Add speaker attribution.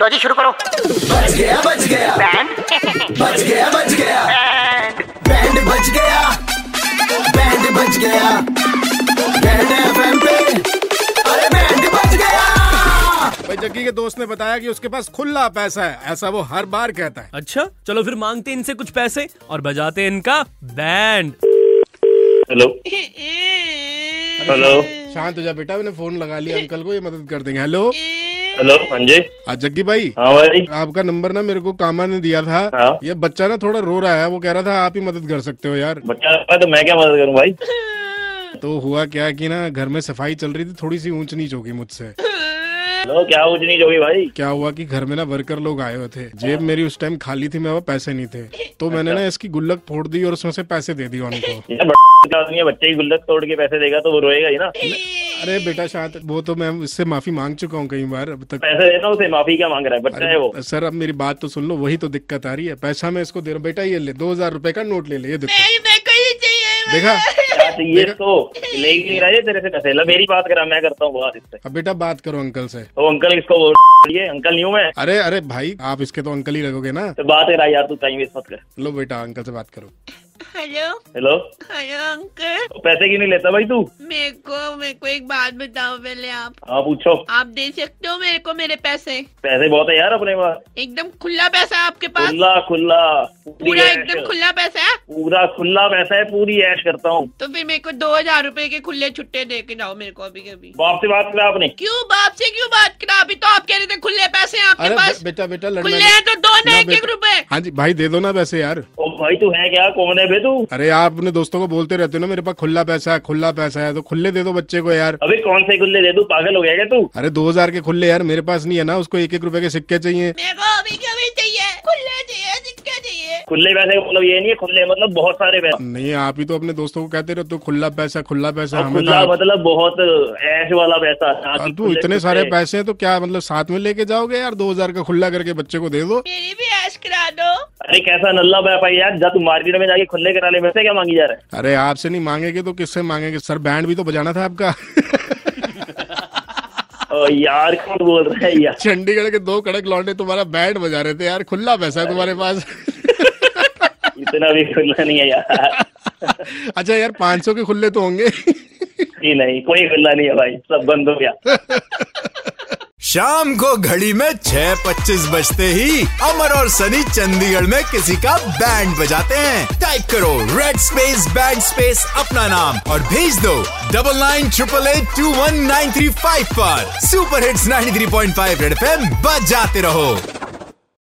Speaker 1: लो जी शुरू करो
Speaker 2: बच गया बच गया
Speaker 1: बैंड
Speaker 2: बच गया बच गया बैंड बच गया बैंड बच गया बैंड एफएम पे अरे बैंड बच गया
Speaker 3: भाई जग्गी के दोस्त ने बताया कि उसके पास खुला पैसा है ऐसा वो हर बार कहता है
Speaker 4: अच्छा चलो फिर मांगते इनसे कुछ पैसे और बजाते इनका बैंड
Speaker 5: हेलो हेलो
Speaker 3: शांत हो जा बेटा मैंने फोन लगा लिया अंकल को ये मदद कर देंगे हेलो
Speaker 5: हेलो हाँ जी
Speaker 3: हाँ जग्गी भाई
Speaker 5: हाँ भाई
Speaker 3: आपका नंबर ना मेरे को कामा ने दिया था
Speaker 5: हाँ।
Speaker 3: ये बच्चा ना थोड़ा रो रहा है वो कह रहा था आप ही मदद कर सकते हो यार
Speaker 5: बच्चा है तो मैं क्या मदद करूँ भाई
Speaker 3: तो हुआ क्या कि ना घर में सफाई चल रही थी थोड़ी सी ऊंच नीच होगी मुझसे
Speaker 5: हेलो क्या कुछ नहीं जोगी भाई
Speaker 3: क्या हुआ कि घर में ना वर्कर लोग आए हुए थे जेब मेरी उस टाइम खाली थी मेरे पास पैसे नहीं थे तो मैंने
Speaker 5: अच्छा।
Speaker 3: ना इसकी गुल्लक फोड़ दी और उसमें से पैसे दे दिए उनको
Speaker 5: यार बड़ा का आदमी है बच्चे की गुल्लक तोड़ के पैसे देगा तो वो रोएगा ही ना
Speaker 3: अरे बेटा शांत वो तो मैं इससे माफी मांग चुका हूँ कई बार अब तक
Speaker 5: पैसे देना उसे माफी क्या मांग रहा है बच्चा है वो
Speaker 3: अरे सर अब मेरी बात तो सुन लो वही तो दिक्कत आ रही है पैसा मैं इसको दे रहा हूँ बेटा ये ले दो हजार रूपए का नोट ले ले ये देखो देखा
Speaker 5: क्या चाहिए तो ले ही नहीं रहा है तेरे से पैसे ला मेरी बात करा मैं करता हूँ बात इससे
Speaker 3: अब बेटा बात करो अंकल से
Speaker 5: तो अंकल इसको बोल ये अंकल नहीं हूँ मैं
Speaker 3: अरे अरे भाई आप इसके तो अंकल ही लगोगे ना
Speaker 5: तो बात करा यार तू टाइम वेस्ट मत कर
Speaker 3: लो बेटा अंकल से बात करो
Speaker 6: हेलो
Speaker 5: हेलो
Speaker 6: हेलो अंकल
Speaker 5: तो पैसे क्यों नहीं लेता भाई तू
Speaker 6: मेरे को मेरे को एक बात बताओ पहले आप
Speaker 5: हाँ पूछो
Speaker 6: आप दे सकते हो मेरे को मेरे पैसे
Speaker 5: पैसे बहुत है यार अपने पास
Speaker 6: एकदम खुला पैसा है आपके पास
Speaker 5: खुला खुला पूरी
Speaker 6: पूरा
Speaker 5: ऐश।
Speaker 6: एकदम खुला पैसा है
Speaker 5: पूरा खुला पैसा है पूरी ऐश करता हूँ
Speaker 6: तो फिर मेरे को दो हजार रूपए के खुले छुट्टे दे के जाओ मेरे को अभी कभी
Speaker 5: बाप से बात करा आपने
Speaker 6: क्यों बाप से क्यों बात करा अभी तो आप कह रहे थे खुले पैसे हैं आपके
Speaker 3: अरे
Speaker 6: पास
Speaker 3: बे- बेटा बेटा लड़ना
Speaker 6: खुले हैं तो दो ना
Speaker 3: ना,
Speaker 6: एक एक
Speaker 3: बेटा।
Speaker 6: रूपए
Speaker 3: हाँ जी भाई दे दो ना पैसे यार
Speaker 5: ओ भाई तू है क्या कौन है बे तू
Speaker 3: अरे आप अपने दोस्तों को बोलते रहते हो ना मेरे पास खुला पैसा है खुला पैसा है तो खुले दे दो बच्चे को यार
Speaker 5: अबे कौन से गुल्ले दे तू पागल हो गया क्या तू
Speaker 3: अरे दो हजार के खुले यार मेरे पास नहीं है ना उसको एक एक रुपए के सिक्के चाहिए
Speaker 6: मेरे को अभी कभी चाहिए खुले चाहिए सिक्के चाहिए
Speaker 5: खुले पैसे का मतलब ये नहीं है खुले मतलब बहुत सारे पैसे
Speaker 3: नहीं आप ही तो अपने दोस्तों को कहते रहते हो खुला पैसा खुला पैसा
Speaker 5: और
Speaker 3: हमें तो
Speaker 5: खुला
Speaker 3: आप-
Speaker 5: मतलब बहुत ऐश वाला पैसा हाँ,
Speaker 3: और
Speaker 5: कि
Speaker 3: तू
Speaker 5: खुले
Speaker 3: इतने सारे
Speaker 5: पैसे।
Speaker 3: पैसे हैं तो क्या मतलब साथ में लेके जाओगे यार दो हजार का खुला करके बच्चे को दे दो
Speaker 6: मेरी भी ऐश करा दो
Speaker 5: अरे कैसा नल्ला व्यापार है यार जा तू मार्केट में जाके खुले कराले पैसे क्या मांगी जा रहा है
Speaker 3: अरे आपसे नहीं मांगेंगे तो किससे मांगेंगे सर बैंड भी तो बजाना था आपका
Speaker 5: ओ यार कौन बोल रहा है यार
Speaker 3: चंडीगढ़ के दो कड़क लौंडे तुम्हारा बैंड बजा रहे थे यार खुला पैसा है तुम्हारे पास
Speaker 5: इतना भी खुला नहीं है यार
Speaker 3: अच्छा यार पाँच सौ के खुले तो होंगे
Speaker 5: जी नहीं कोई खुला नहीं है भाई सब बंद हो गया
Speaker 7: शाम को घड़ी में छह पच्चीस बजते ही अमर और सनी चंडीगढ़ में किसी का बैंड बजाते हैं टाइप करो रेड स्पेस बैंड स्पेस अपना नाम और भेज दो double nine triple eight two one nine three five पर super hits 93.5 three point five red FM बजाते रहो